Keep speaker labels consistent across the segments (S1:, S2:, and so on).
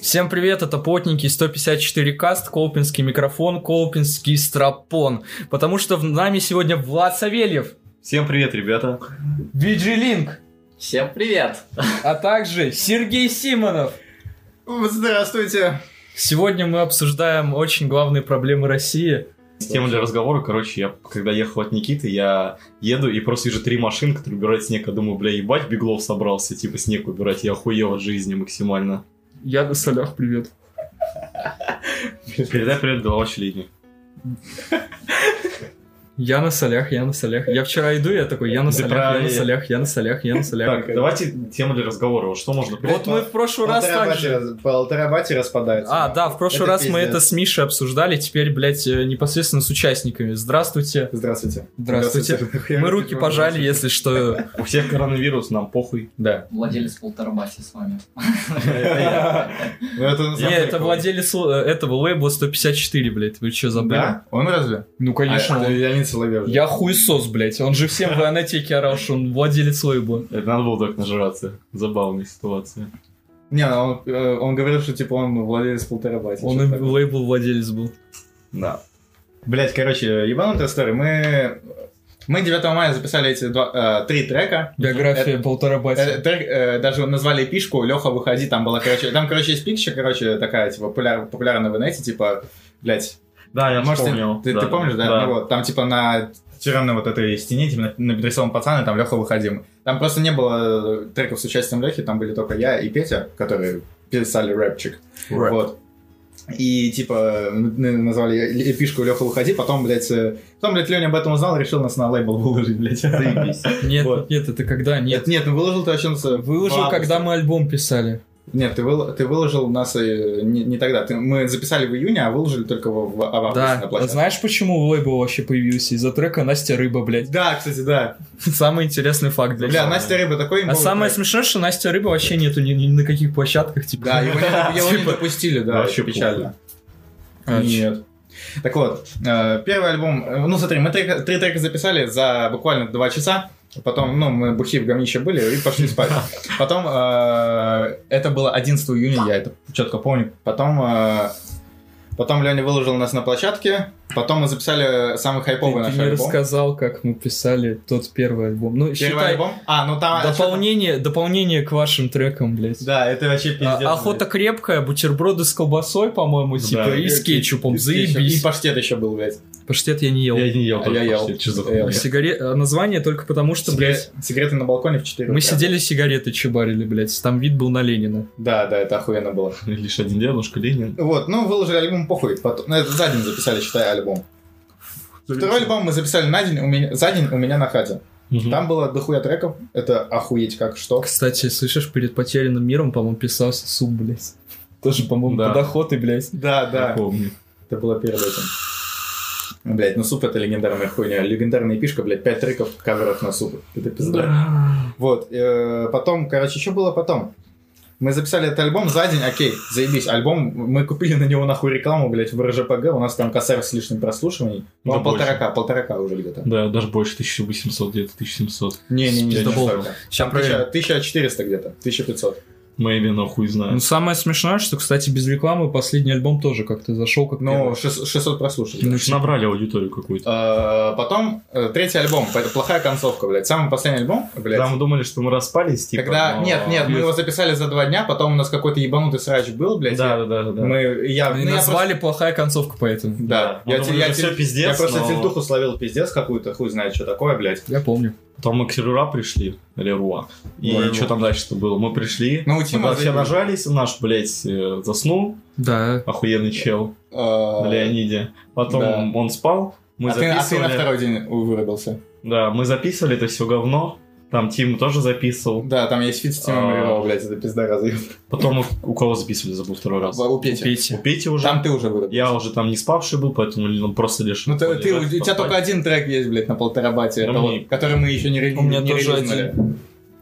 S1: Всем привет, это Потники 154 каст, Колпинский микрофон, Колпинский стропон. Потому что в нами сегодня Влад Савельев,
S2: Всем привет, ребята.
S1: Виджилинг,
S3: Всем привет!
S1: а также Сергей Симонов.
S4: Здравствуйте.
S1: Сегодня мы обсуждаем очень главные проблемы России.
S2: Тема для разговора, короче, я когда ехал от Никиты, я еду и просто вижу три машины, которые убирают снег. Я думаю, бля, ебать, Беглов собрался, типа, снег убирать. Я охуел от жизни максимально.
S1: Я на солях, привет.
S2: Передай привет Беловачу линии.
S1: Я на солях, я на солях. Я вчера иду, я такой, я на
S2: Ты
S1: солях, я
S2: правильно.
S1: на солях, я на солях, я на солях.
S2: Так, давайте тему для разговора. Вот Что можно...
S1: Вот мы в прошлый раз
S4: Полтора
S1: так
S4: бати
S1: же.
S4: раз- полтора бати распадаются.
S1: А, да, в прошлый
S4: Это
S1: раз мы
S4: пиздец.
S1: это с Мишей обсуждали, теперь, блядь, э, непосредственно с участниками. Здравствуйте.
S4: Здравствуйте.
S1: Здравствуйте. Мы руки пожали, если что.
S2: У всех коронавирус, нам похуй.
S1: Да.
S3: Владелец полторабаси с вами.
S4: Ну, это на
S1: Не,
S4: самом деле
S1: это
S4: круто.
S1: владелец л- э, этого лейбла 154, блядь. Вы что, забыли?
S4: Да? Он разве?
S1: Ну,
S4: А, это
S1: он.
S4: Леонид Соловьев. же.
S1: Я хуесос, блядь. Он же всем в анатеке орал, что он владелец лейбла.
S2: Это надо было так нажраться. Забавная ситуация.
S4: Не, он, э, он говорил, что типа он владелец полтора бати.
S1: Он и лейбл владелец был.
S4: Да. Блять, короче, ебанутая история. Мы... Мы 9 мая записали эти два, э, три трека.
S1: Биография полтора
S4: Э,
S1: батя.
S4: трек, э, даже назвали пишку Леха, выходи, там была, короче, там, короче, есть пикча, короче, такая, типа, популяр- популярная в интернете, типа, блять,
S2: Да, я
S4: Может, ты-
S2: вспомнил.
S4: Ты,
S2: Да.
S4: ты помнишь, да? Ну вот, там типа на тюремной вот этой стене, типа на- нарисован пацан, и там Леха выходим. Там просто не было э, треков с участием Лехи, там были только я и Петя, которые писали рэпчик.
S1: Рэп.
S4: Вот. И типа н- н- назвали э- эпишку Леха выходи, потом, блядь, э, потом, блядь, Леня об этом узнал, решил нас на лейбл выложить, блядь.
S2: Заебись.
S1: Нет,
S4: вот.
S1: нет, это когда? Нет.
S4: Нет, нет, ну выложил ты вообще нас, э, в
S1: Выложил,
S4: августе.
S1: когда мы альбом писали.
S4: Нет, ты, выл- ты выложил нас э, не, не тогда. Ты- мы записали в июне, а выложили только в, в- в августе на
S1: Да. А
S4: площадке.
S1: Знаешь, почему лейбл вообще появился? Из-за трека Настя Рыба, блядь.
S4: Да, кстати, да.
S1: Самый интересный факт, блядь.
S4: Бля, Настя Рыба такой
S1: А
S4: имбовый
S1: самое
S4: трек.
S1: смешное, что Настя Рыба вообще нету ни, ни на каких площадках, типа.
S4: Да, его не- его не
S1: Типа,
S4: допустили, да,
S2: вообще
S4: вообще печально.
S1: А,
S4: Нет. Так вот, э, первый альбом, э, ну смотри, мы трек- три трека записали за буквально два часа, потом, ну, мы бухи в говнище были и пошли спать. Потом, э, это было 11 июня, я это четко помню, потом... э, Потом Леня выложил нас на площадке, потом мы записали самый
S1: Ты,
S4: хайповый
S1: ты
S4: наш
S1: не
S4: альбом.
S1: рассказал, как мы писали тот первый альбом. Ну,
S4: Первый
S1: считай,
S4: альбом? А, ну там...
S1: дополнение, дополнение к вашим трекам, блядь.
S4: Да, это вообще
S1: А-
S4: пиздец.
S1: охота крепкая, бутерброды с колбасой, по-моему, типа,
S2: Да.
S1: и с кетчупом,
S4: И с кетчупом.
S1: заебись.
S4: И паштет еще был, блядь.
S1: Паштет я не ел.
S2: Я не ел.
S4: А
S2: только
S4: я ел.
S2: почти. Чё за
S4: Я ел.
S2: хуйня?
S1: Сигаре- а, Название только потому, что, блядь,
S4: Сигаре- Сигареты на балконе в 4
S1: мы сидели сигареты чебарили, блядь, там вид был на Ленина.
S4: Да, да, это охуенно было.
S2: Лишь один дедушка Ленин.
S4: Вот, ну, выложили альбом похуй. Потом, ну, это за день записали, считай, альбом. Второй альбом мы записали на день, у меня, за день у меня на хате.
S2: Мгм.
S4: Там было дохуя треков. Это охуеть как что.
S1: Кстати, слышишь, перед потерянным миром, по-моему, писался суп, блядь. Тоже, по-моему,
S2: Да.
S1: под охотой, блядь.
S4: Да,
S2: Я
S4: да.
S2: помню.
S4: Это было перед этим. Блять, ну суп это легендарная хуйня. Легендарная пишка, блядь, пять треков каверов на суп. Это пизда. Вот, э, потом, короче, что было потом? Мы записали этот альбом за день, окей, заебись, альбом, мы купили на него нахуй рекламу, блядь, в РЖПГ, у нас там косарь с лишним прослушиваний, ну,
S2: Да
S4: полторака, полторака уже где-то.
S2: Да, даже больше 1800, где-то 1700.
S4: Не-не-не, не
S2: Пиздобол.
S4: столько.
S1: Сейчас
S4: Там 1000 1400 где-то, 1500.
S2: Мэйби, но хуй
S1: Ну,
S2: знает.
S1: самое смешное, что, кстати, без рекламы последний альбом тоже как-то зашел как
S4: Ну,
S1: первый.
S4: шест- 600 прослушиваний.
S1: Ну,
S2: Значит, Набрали аудиторию какую-то.
S4: Э, Потом э, третий альбом, п- плохая концовка, блядь, самый последний альбом, блядь.
S2: Когда мы думали, что мы распались, типа...
S4: Когда,
S2: но-
S4: нет, нет, мы его записали за два дня, потом у нас какой-то ебанутый срач был, блядь.
S2: Да, да, да, да.
S4: Мы, я,
S1: и
S4: ну, я просто-
S1: назвали плохая концовка поэтому.
S4: Да,
S2: Да.
S4: я,
S2: Ну,
S4: те-
S2: думаю,
S4: я
S2: это
S4: те-
S2: всё пиздец,
S4: я просто
S2: но-
S4: тильтуху словил пиздец какую-то, хуй знает, что такое, блядь.
S1: Я помню.
S2: Потом мы к Леруа пришли, Леруа. И
S4: Леруа.
S2: что там дальше-то было? Мы пришли,
S4: Ну, у
S2: мы
S4: Тима...
S2: там все нажались, наш, блядь, э, заснул,
S1: Да.
S2: охуенный чел, на
S4: Леонид.
S2: Леониде. Потом
S4: да.
S2: он спал, А, мы
S4: а, ты, а ты на
S2: записывали...
S4: второй день у- вырубился.
S2: Да, мы записывали это все говно. Там Тим тоже записывал.
S4: Да, там есть фит с Тимом
S2: А.
S4: Ревелом, блядь, это пизда разъем.
S2: Потом у- у кого записывали, забыл второй раз.
S4: У Пети.
S2: У
S1: Петя.
S2: Пети уже.
S4: Там ты уже вырубился.
S2: Я уже там не спавший был, поэтому ну, просто лишь...
S4: Ну, ты, ты- у
S2: лежать,
S4: тебя
S2: поспать.
S4: только один трек есть, блядь, на полтора бати,
S2: Да
S4: это
S2: мне-
S4: вот, который мы еще не рели-
S1: У меня
S4: не
S1: тоже
S4: релизнули.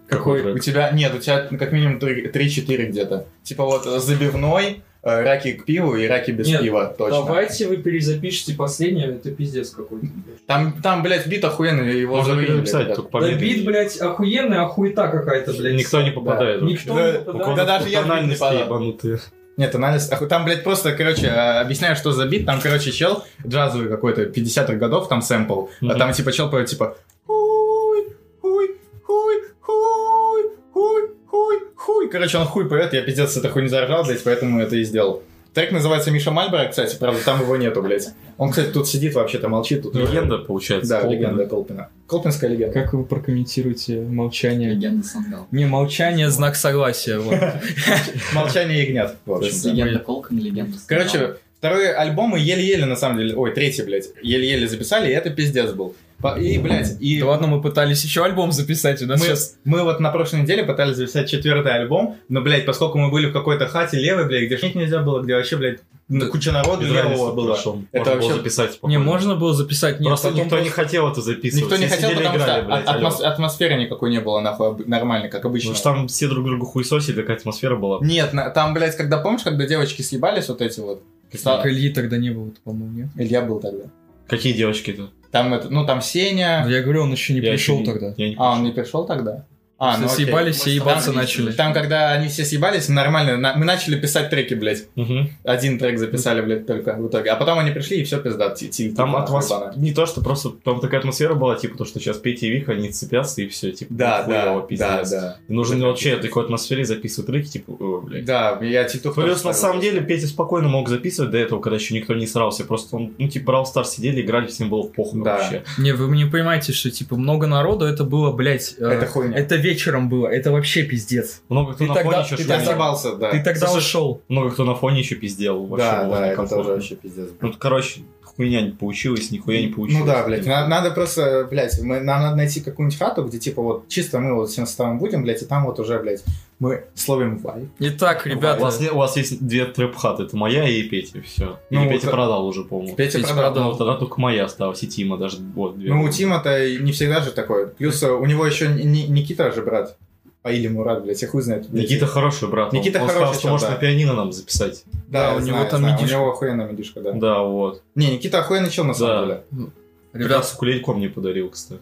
S2: Какой
S4: Какой? У
S2: трек?
S4: тебя... Нет, у тебя ну, как минимум три- 3-4 где-то. Типа вот э, забивной, э, раки к пиву и раки без
S1: Нет,
S4: пива, точно.
S1: вы перезапишите последнее, это пиздец какой-то.
S4: Там, там, блядь, бит охуенный, его
S2: Можно
S4: забыли,
S2: перезаписать,
S4: блядь,
S2: только помедленнее.
S1: блядь, охуенная, а хуета какая-то,
S2: Никто не попадает
S1: Да.
S2: вообще.
S1: Никто
S4: Да,
S1: не попадает.
S4: Да даже я в бит не
S2: тональности
S4: попадал.
S2: ебанутые.
S4: Нет, анализ... оху- Там, блядь, просто, короче, э, объясняю, что за бит. Там, короче, чел джазовый какой-то, 50-х годов, там сэмпл. А
S2: Мгм.
S4: там, типа, чел поет, типа... Хуй, хуй, хуй, хуй, хуй, хуй, хуй. Короче, он хуй поет, я пиздец с этой хуйни заржал, блядь, поэтому это и сделал. Трек называется «Миша Мальборо», кстати, правда, там его нету, блядь. Он, кстати, тут сидит вообще-то, молчит. Тут
S2: Легенда, получается.
S4: Да,
S2: Колпина.
S4: легенда Колпина. Колпинская легенда.
S1: Как вы прокомментируете молчание?
S3: Легенда Сангал.
S1: Не, молчание, знак согласия. вот.
S4: Молчание ягнят, в
S3: То есть
S4: общем-то.
S3: легенда Колкан, легенда Сангал.
S4: Короче, второй альбом мы еле-еле, на самом деле, ой, третий, блядь, еле-еле записали, и это пиздец был. По- И, блядь, и
S1: Да ладно, мы пытались еще альбом записать, у нас
S4: мы,
S1: сейчас...
S4: мы вот на прошлой неделе пытались записать четвертый альбом, но, блядь, поскольку мы были в какой-то хате левой, блядь, где жить нельзя было, где вообще, блядь, ну, куча народу
S2: Без разницы,
S4: левого было.
S2: хорошо.
S4: Это
S2: Можно было
S4: вообще-
S2: записать.
S1: Не,
S2: спокойно.
S1: можно было записать? Нет,
S2: Просто
S1: потом
S2: никто не
S1: просто-
S2: хотел это записывать.
S4: Никто не
S2: Все
S4: хотел,
S2: сидели,
S4: потому
S2: играли,
S4: что
S2: блядь,
S4: а-
S2: алло.
S4: атмос- атмосферы никакой не было, нахуй, об- нормально, как обычно.
S2: Потому что там все друг другу хуесосили, такая атмосфера была.
S4: Нет, на- там, блядь, когда, помнишь, когда девочки съебались вот эти вот?
S1: Так, Ильи тогда не было, по-моему, нет?
S4: Илья был тогда.
S2: Какие девочки-то?
S4: Там это, ну, там Сеня...
S1: Ну, Я говорю, он еще не
S2: Я
S1: пришел
S2: еще не-
S1: тогда.
S2: я не
S4: А, он
S2: пришел.
S4: не пришел тогда? А,
S1: Все
S4: ну окей.
S1: съебались и
S3: Мы
S1: ебаться
S3: сразу не
S1: начали.
S4: Там, когда они все съебались, нормально, на- мы начали писать треки, блядь.
S2: Мгм.
S4: Один трек записали, блядь, только в итоге. А потом они пришли, и все пизда. ти- ти-
S2: Там
S4: ти-
S2: от вас
S4: ебана.
S2: не то, что просто там такая атмосфера была, типа то, что сейчас Петя и Виха, они цепятся и все, типа,
S4: Да,
S2: хуёво,
S4: да, да,
S2: пиздец.
S4: да.
S2: И нужно вообще в такой атмосфере записывать треки, типа, «О, блядь.
S4: Да, я титов
S2: Плюс,
S4: тоже
S2: на
S4: ставил.
S2: самом деле, Петя спокойно мог записывать до этого, когда еще никто не срался. Просто он, ну, типа, Brawl Stars сидели, играли, всем было похуй
S4: Да.
S2: вообще.
S1: Не, вы не понимаете, что, типа, много народу, это было, блядь... э,
S4: Это хуйня.
S1: Это вечером было, это вообще пиздец.
S2: Много кто
S1: Ты
S2: на
S1: тогда-
S2: фоне еще
S4: Ты
S1: ты
S2: шумел.
S1: тогда-
S4: разъебался, да.
S1: Ты тогда
S2: Слушай,
S1: ушел.
S2: Много кто на фоне еще пиздел. Вообще
S4: Да,
S2: было
S4: да, это
S2: некомфортно.
S4: тоже вообще пиздец.
S2: Ну, вот, короче, хуйня не получилась, нихуя не получилось.
S4: Ну да, блядь, на- надо просто, блядь, мы, нам надо найти какую-нибудь хату, где типа вот чисто мы вот всем составом будем, блядь, и там вот уже, блядь, мы словим вайп.
S1: Итак,
S2: Ребята, у вас,
S1: ребята,
S2: не- у вас есть две трэп-хаты, это моя и Петя, все.
S4: Ну,
S2: Или Петя
S4: вот-
S2: продал уже, по-моему.
S4: Петя
S1: Петя
S4: продал.
S1: продал.
S2: Ну, тогда только моя осталась, и Тима даже, вот, две.
S4: Ну, у Тима-то и не всегда же такое. Плюс э, у него еще Ни- Ни- Никита же брат. А или Мурат, блядь, я хуй знает. блядь.
S2: Никита хороший брат. он-
S4: Никита
S2: он
S4: хороший
S2: сказал, что
S4: чел,
S2: может
S4: да.
S2: на пианино нам записать.
S1: Да,
S4: я
S1: у него там
S4: У
S1: медишка.
S4: него охуенная медишка, да.
S2: Да, вот.
S4: Не, Никита охуенный чел, на самом
S2: Да.
S4: деле.
S1: ребят,
S2: Ребят, кулельком мне подарил, кстати.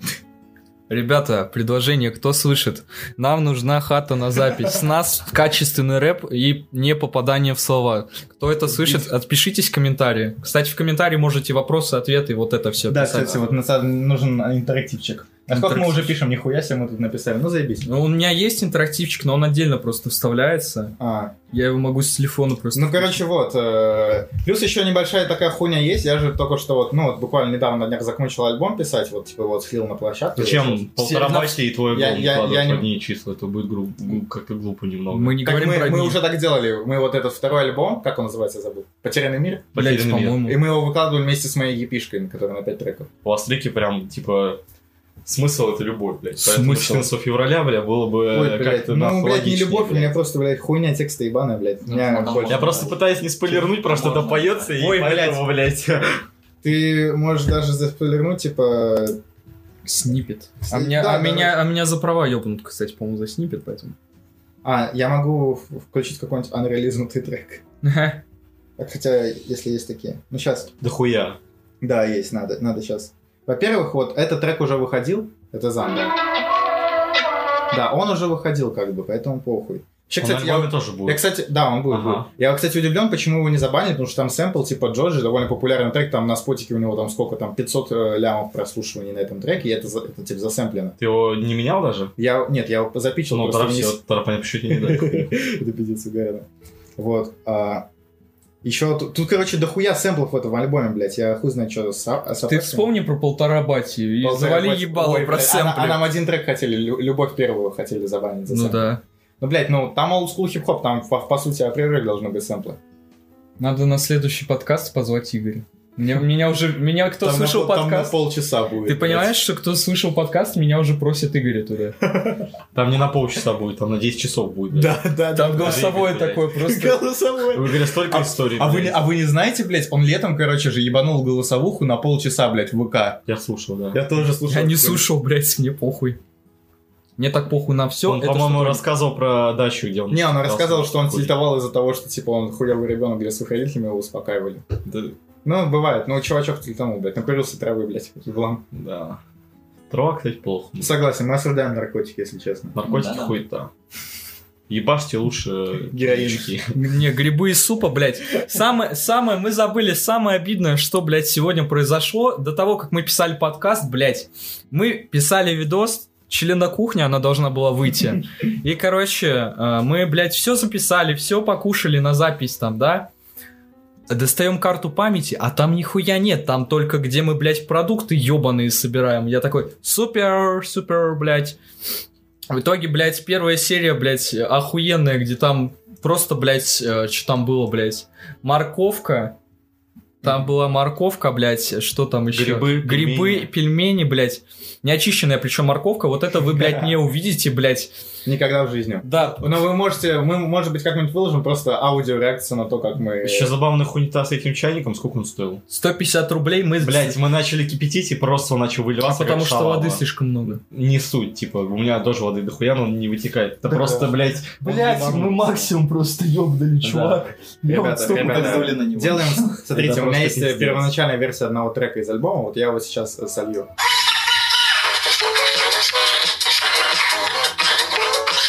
S1: Ребята, предложение, кто слышит? Нам нужна хата на запись. С нас качественный рэп и не попадание в слова. Кто это слышит, отпишитесь в комментарии. Кстати, в комментарии можете вопросы, ответы, вот это все
S4: Да, кстати, вот на самом деле нужен интерактивчик. А сколько мы
S1: Интерактивчик.
S4: уже пишем, нихуя себе мы тут написали, ну заебись.
S1: Ну, у меня есть интерактивчик, но он отдельно просто вставляется.
S4: А,
S1: Я его могу с телефона просто...
S4: ну, короче, вот. э, плюс еще небольшая такая хуйня есть. Я же только что вот, ну, вот буквально недавно на днях закончил альбом писать, вот, типа, вот, слил на площадке.
S2: Зачем полтора
S1: Все-
S2: батя и твой
S4: Я-
S2: гол
S4: я-
S2: выкладывать
S4: я не-
S2: в одни числа? Это будет гру- гу- как-то глупо немного.
S1: мы не
S4: Как
S1: говорим
S4: мы,
S1: про
S4: мы
S1: дни.
S4: уже так делали. Мы вот этот второй альбом, как он называется, я забыл. Потерянный мир.
S1: Блядь,
S2: Потерянный мир.
S1: по-моему.
S4: И мы его выкладывали вместе с моей епишкой, которая на 5 треков.
S2: У вас треки прям, типа, смысл это любовь, блядь. Поэтому
S1: Смысл.
S2: 14 февраля, бля, было бы
S4: Ой,
S2: э,
S4: блядь,
S2: как-то нахуй
S4: ну, блядь, не
S2: логичнее,
S4: любовь, у
S2: блядь.
S4: меня просто, блядь, хуйня текста ебаная, блядь.
S3: Ну,
S4: Меня
S3: потом-
S4: больше-
S2: Я просто пытаюсь не спойлернуть, про что-то
S3: Можно.
S2: поется, и
S4: Ой,
S2: поэтому, блядь.
S4: Ты можешь даже заспойлернуть, типа...
S1: Снипет. А, меня,
S4: Да,
S1: а,
S4: да,
S1: меня, а меня за права ёбнут, кстати, по-моему, за снипет, поэтому...
S4: А, я могу в- включить какой-нибудь анреализнутый трек. Так, Хотя, если есть такие. Ну, сейчас.
S2: Да хуя.
S4: Да, есть, надо, надо сейчас. Во-первых, вот этот трек уже выходил, это Занда. Да, он уже выходил, как бы, поэтому похуй. Вообще,
S2: Он
S4: кстати,
S2: на
S4: я,
S2: альбоме тоже
S4: я,
S2: будет.
S4: кстати, да, он будет.
S2: Ага.
S4: будет. Я, кстати, удивлен, почему его не забанили, потому что там сэмпл типа Джорджи, довольно популярный трек, там на спотике у него там сколько, там 500 э, лямов прослушиваний на этом треке, и это, за- это типа засэмплено.
S2: Ты его не менял даже?
S4: Я, нет, я его запичил,
S2: Ну,
S4: просто
S2: тогда
S4: вниз.
S2: все, тогда понятно, почему тебе не дали.
S4: Это пиздец угарно. Вот. Еще тут, тут, короче, дохуя сэмплов в этом альбоме, блядь. Я хуй знает, а, что
S1: Ты вспомни про полтора бати и завали ебало про
S4: а, а
S1: сэмплы.
S4: нам один трек хотели, лю- «Любовь первую» хотели забанить за
S1: Ну
S4: сэмпл.
S1: да.
S4: Ну, блядь, ну там олдскул хип-хоп, там, по, по сути, априори должны быть сэмплы.
S1: Надо на следующий подкаст позвать Игоря. Мне- меня уже, меня кто
S4: Там на
S1: слышал
S4: пол- там на
S1: подкаст,
S4: полчаса будет.
S1: ты
S4: блядь.
S1: понимаешь, что кто слышал подкаст, меня уже просит Игоря туда.
S2: Там не на полчаса будет, там на 10 часов будет. блядь.
S4: Да, да,
S1: Там
S4: да.
S1: голосовое
S2: Игорь,
S1: такое просто.
S4: Голосовое.
S2: Вы говорите, столько историй.
S4: А вы, не-
S2: блядь.
S4: а вы не знаете, блядь, он летом, короче же, ебанул голосовуху на полчаса, блядь, в ВК.
S2: Я слушал, да.
S4: Я тоже слушал.
S1: Я не
S4: слушаю.
S1: слушал, блядь, мне похуй. Мне так похуй на все.
S2: он, по-моему, рассказывал про дачу, где он...
S4: Не, он рассказывал, что он
S2: Хуй.
S4: тильтовал из-за того, что, типа, он хуёвый ребенок для с родителями его успокаивали.
S2: Да.
S4: Ну, бывает. Ну, чувачок тильтанул, блядь. Накурился травы, блядь. еблан.
S2: да. Трава, кстати, плохо.
S4: Согласен, мы осуждаем наркотики, если честно.
S2: Наркотики
S3: Да-да.
S2: хуй-то. Ебашьте лучше
S4: Героин.
S2: героинки.
S1: Не, грибы из супа, блядь. Самое, самое, мы забыли самое обидное, что, блядь, сегодня произошло. До того, как мы писали подкаст, блядь, мы писали видос члена кухни, она должна была выйти. И, короче, э, мы, блядь, все записали, все покушали на запись там, да? Достаем карту памяти, а там нихуя нет, там только где мы, блядь, продукты ебаные собираем. Я такой, супер, супер, блядь. В итоге, блядь, первая серия, блядь, охуенная, где там просто, блядь, что там было, блядь, морковка. Там была морковка, блядь, что там еще?
S2: Грибы,
S1: Грибы,
S2: пельмени.
S1: пельмени, блядь. Неочищенная, причем морковка, вот это вы, блядь, не увидите, блядь.
S4: Никогда в жизни.
S1: Да,
S4: Но вы можете, мы, может быть, как-нибудь выложим просто аудиореакцию на то, как мы...
S2: Еще забавных унитаз с этим чайником, сколько он стоил?
S1: 150 рублей мы...
S2: Блять, мы начали кипятить и просто он начал
S1: а
S2: выливаться.
S1: потому
S2: как
S1: что
S2: шалава.
S1: воды слишком много.
S2: Не суть, типа, у меня тоже воды дохуя, но он не вытекает. Это
S4: Да.
S2: просто, блядь...
S5: Блять, мы максимум просто ёбнули, чувак. Я
S4: Ребята,
S5: вот столько-
S4: ребята,
S3: Пиздули на него.
S4: Делаем, смотрите,
S2: Это
S4: у меня
S2: просто
S4: есть
S2: пиздец.
S4: первоначальная версия одного трека из альбома, вот я его сейчас э, солью.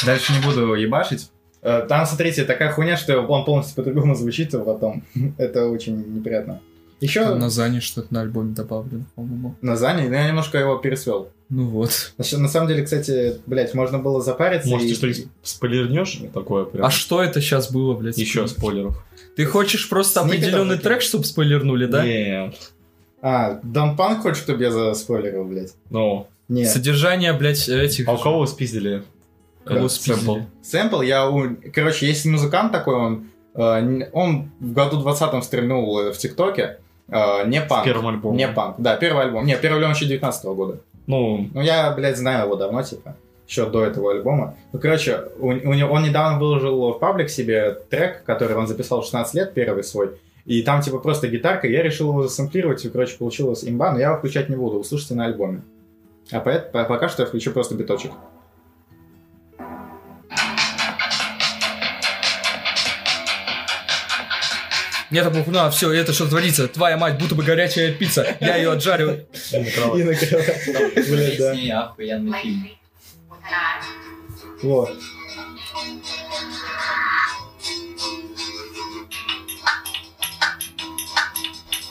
S4: Дальше не буду ебашить. Э, Там, смотрите, такая хуйня, что он полностью по-другому звучит потом. Это очень неприятно. Еще
S1: Там
S4: на...
S1: Зане что-то на альбоме добавлено, по-моему.
S4: Зане, ну, я немножко его пересвел.
S1: Ну вот.
S4: На щ- на самом деле, кстати, блять, можно было запариться.
S2: Может,
S4: и-
S2: ты что-нибудь спойлернешь? Такое прям.
S1: А что это сейчас было, блядь?
S2: Еще спойлеров.
S1: Ты хочешь просто
S4: Сникеров
S1: определенный
S4: такие.
S1: трек, чтобы спойлернули, да?
S2: Не,
S4: А, Дампанк хочешь, чтобы я заспойлерил, блядь?
S2: ну.
S4: Нет.
S1: Содержание, блядь, этих...
S2: А у кого вы спиздили?
S1: Кого
S2: э,
S1: спиздили?
S2: сэмпл?
S4: Сэмпл я у... Короче, есть музыкант такой, он... э, н- он в году 20-м стрельнул э, в ТикТоке. э, не
S2: С
S4: панк.
S2: первым альбомом.
S4: Не панк. Да, первый альбом. Не, первый альбом еще 19 года.
S2: Ну,
S4: Ну, я, блядь, знаю его давно, типа. Еще до этого альбома. Ну, короче, у, у него, он недавно выложил в паблик себе трек, который он записал в 16 лет, первый свой. И там, типа, просто гитарка. Я решил его засэмплировать, и, короче, получилось имба, но я его включать не буду, услышите на альбоме. А поэт- по- пока что я включу просто биточек.
S1: Нет, это похуй, ну, все, это что творится? Твоя мать, будто бы горячая пицца. Я ее отжариваю.
S4: И накрываю. Блядь, да.
S3: С ней охуенный фильм.
S4: Вот.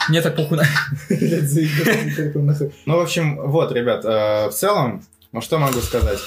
S1: Мне так похуй.
S4: Блядь, заебал, как он нахуй. Ну, в общем, вот, ребят, э, в целом, ну что могу сказать?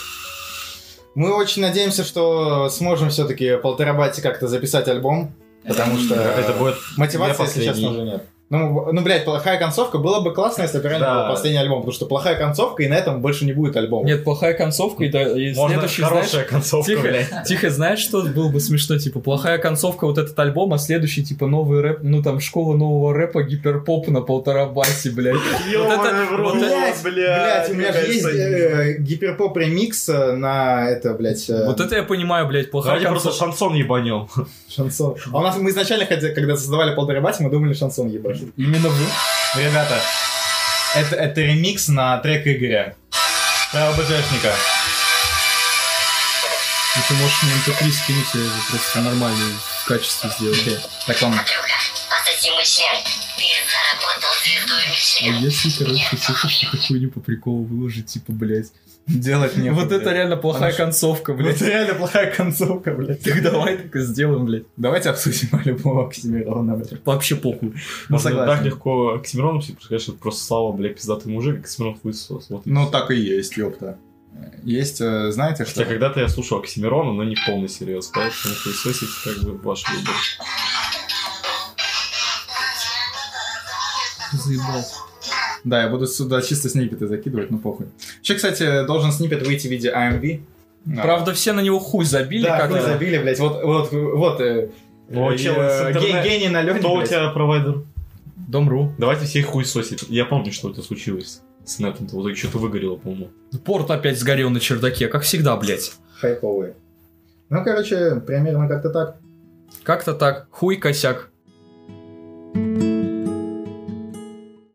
S4: Мы очень надеемся, что сможем все-таки полтерабайте как-то записать альбом. Потому что
S2: это будет...
S4: Э, мотивации,
S2: Я
S4: если честно,
S2: последний.
S4: уже нет. Ну, ну, блядь, плохая концовка. Было бы классно, если бы реально
S2: Да.
S4: был последний альбом. Потому что плохая концовка, и на этом больше не будет альбома.
S1: Нет, плохая концовка, и, да- и
S2: Можно
S1: следующий, знаешь,
S2: хорошая концовка,
S1: Тихо,
S2: блядь.
S1: тихо, знаешь, что было бы смешно? Типа, плохая концовка вот этот альбом, а следующий, типа, новый рэп, ну там, школа нового рэпа, гиперпоп на полтора басе, блядь.
S2: Ёбаный в рот,
S1: вот
S4: Блядь, блядь, у меня же
S2: какая
S4: есть
S2: история.
S4: э, гиперпоп ремикс э, на это, блядь, э,
S1: Вот это я понимаю, блядь, плохая
S2: Давайте Ну, просто
S1: концовка.
S2: шансон ебанем.
S4: шансон. А у нас мы изначально, хотя- когда создавали полтерабайте, мы думали шансон ебашит.
S1: Именно вы.
S4: Ну, Ребята, это, это ремикс на трек Игоря. Право БЖшника.
S1: Ну, ты можешь мне mp3 скинуть, я его просто нормальное качество сделаю.
S4: Так он...
S1: А если, короче, слышишь какую-нибудь по приколу выложить, типа, блядь.
S4: Делать не ну,
S1: вот это реально плохая
S4: Она ж-
S1: концовка, блядь.
S4: Это реально плохая концовка, блядь.
S1: Так давай так и сделаем, блядь.
S4: Давайте обсудим альбом Оксимирона, блядь.
S1: Вообще похуй.
S4: Ну,
S2: Можно
S4: согласен.
S2: так легко Оксимирону все сказать, что это просто Слава, блядь, пиздатый мужик, и Оксимирон хуй сос. Вот.
S4: Ну, так и есть, ёпта. Есть, э, знаете,
S2: Хотя
S4: что...
S2: когда-то я слушал Оксимирона, но не в полный серьез, поэтому хуесосить как бы ваш выбор.
S1: Заебал.
S4: Да, я буду сюда чисто снипеты закидывать, ну похуй. Вообще, кстати, должен снипет выйти в виде А AMV. Да.
S1: Правда, все на него хуй забили
S4: Да,
S1: как-то.
S4: хуй забили, блядь. Вот, вот, вот... э,
S2: Ну,
S4: э,
S2: чел,
S4: э,
S2: с интернет-
S4: ге- Гений на Лёне,
S2: Кто у
S4: блядь.
S2: тебя провайдер?
S1: Дом.ру.
S2: Давайте всех хуесосить. Я помню, что у тебя случилось с нетом. В итоге что-то выгорело, по-моему.
S1: Порт опять сгорел на чердаке, как всегда, блядь.
S4: хайповые. Ну, короче, примерно как-то так.
S1: Как-то так. Хуй косяк.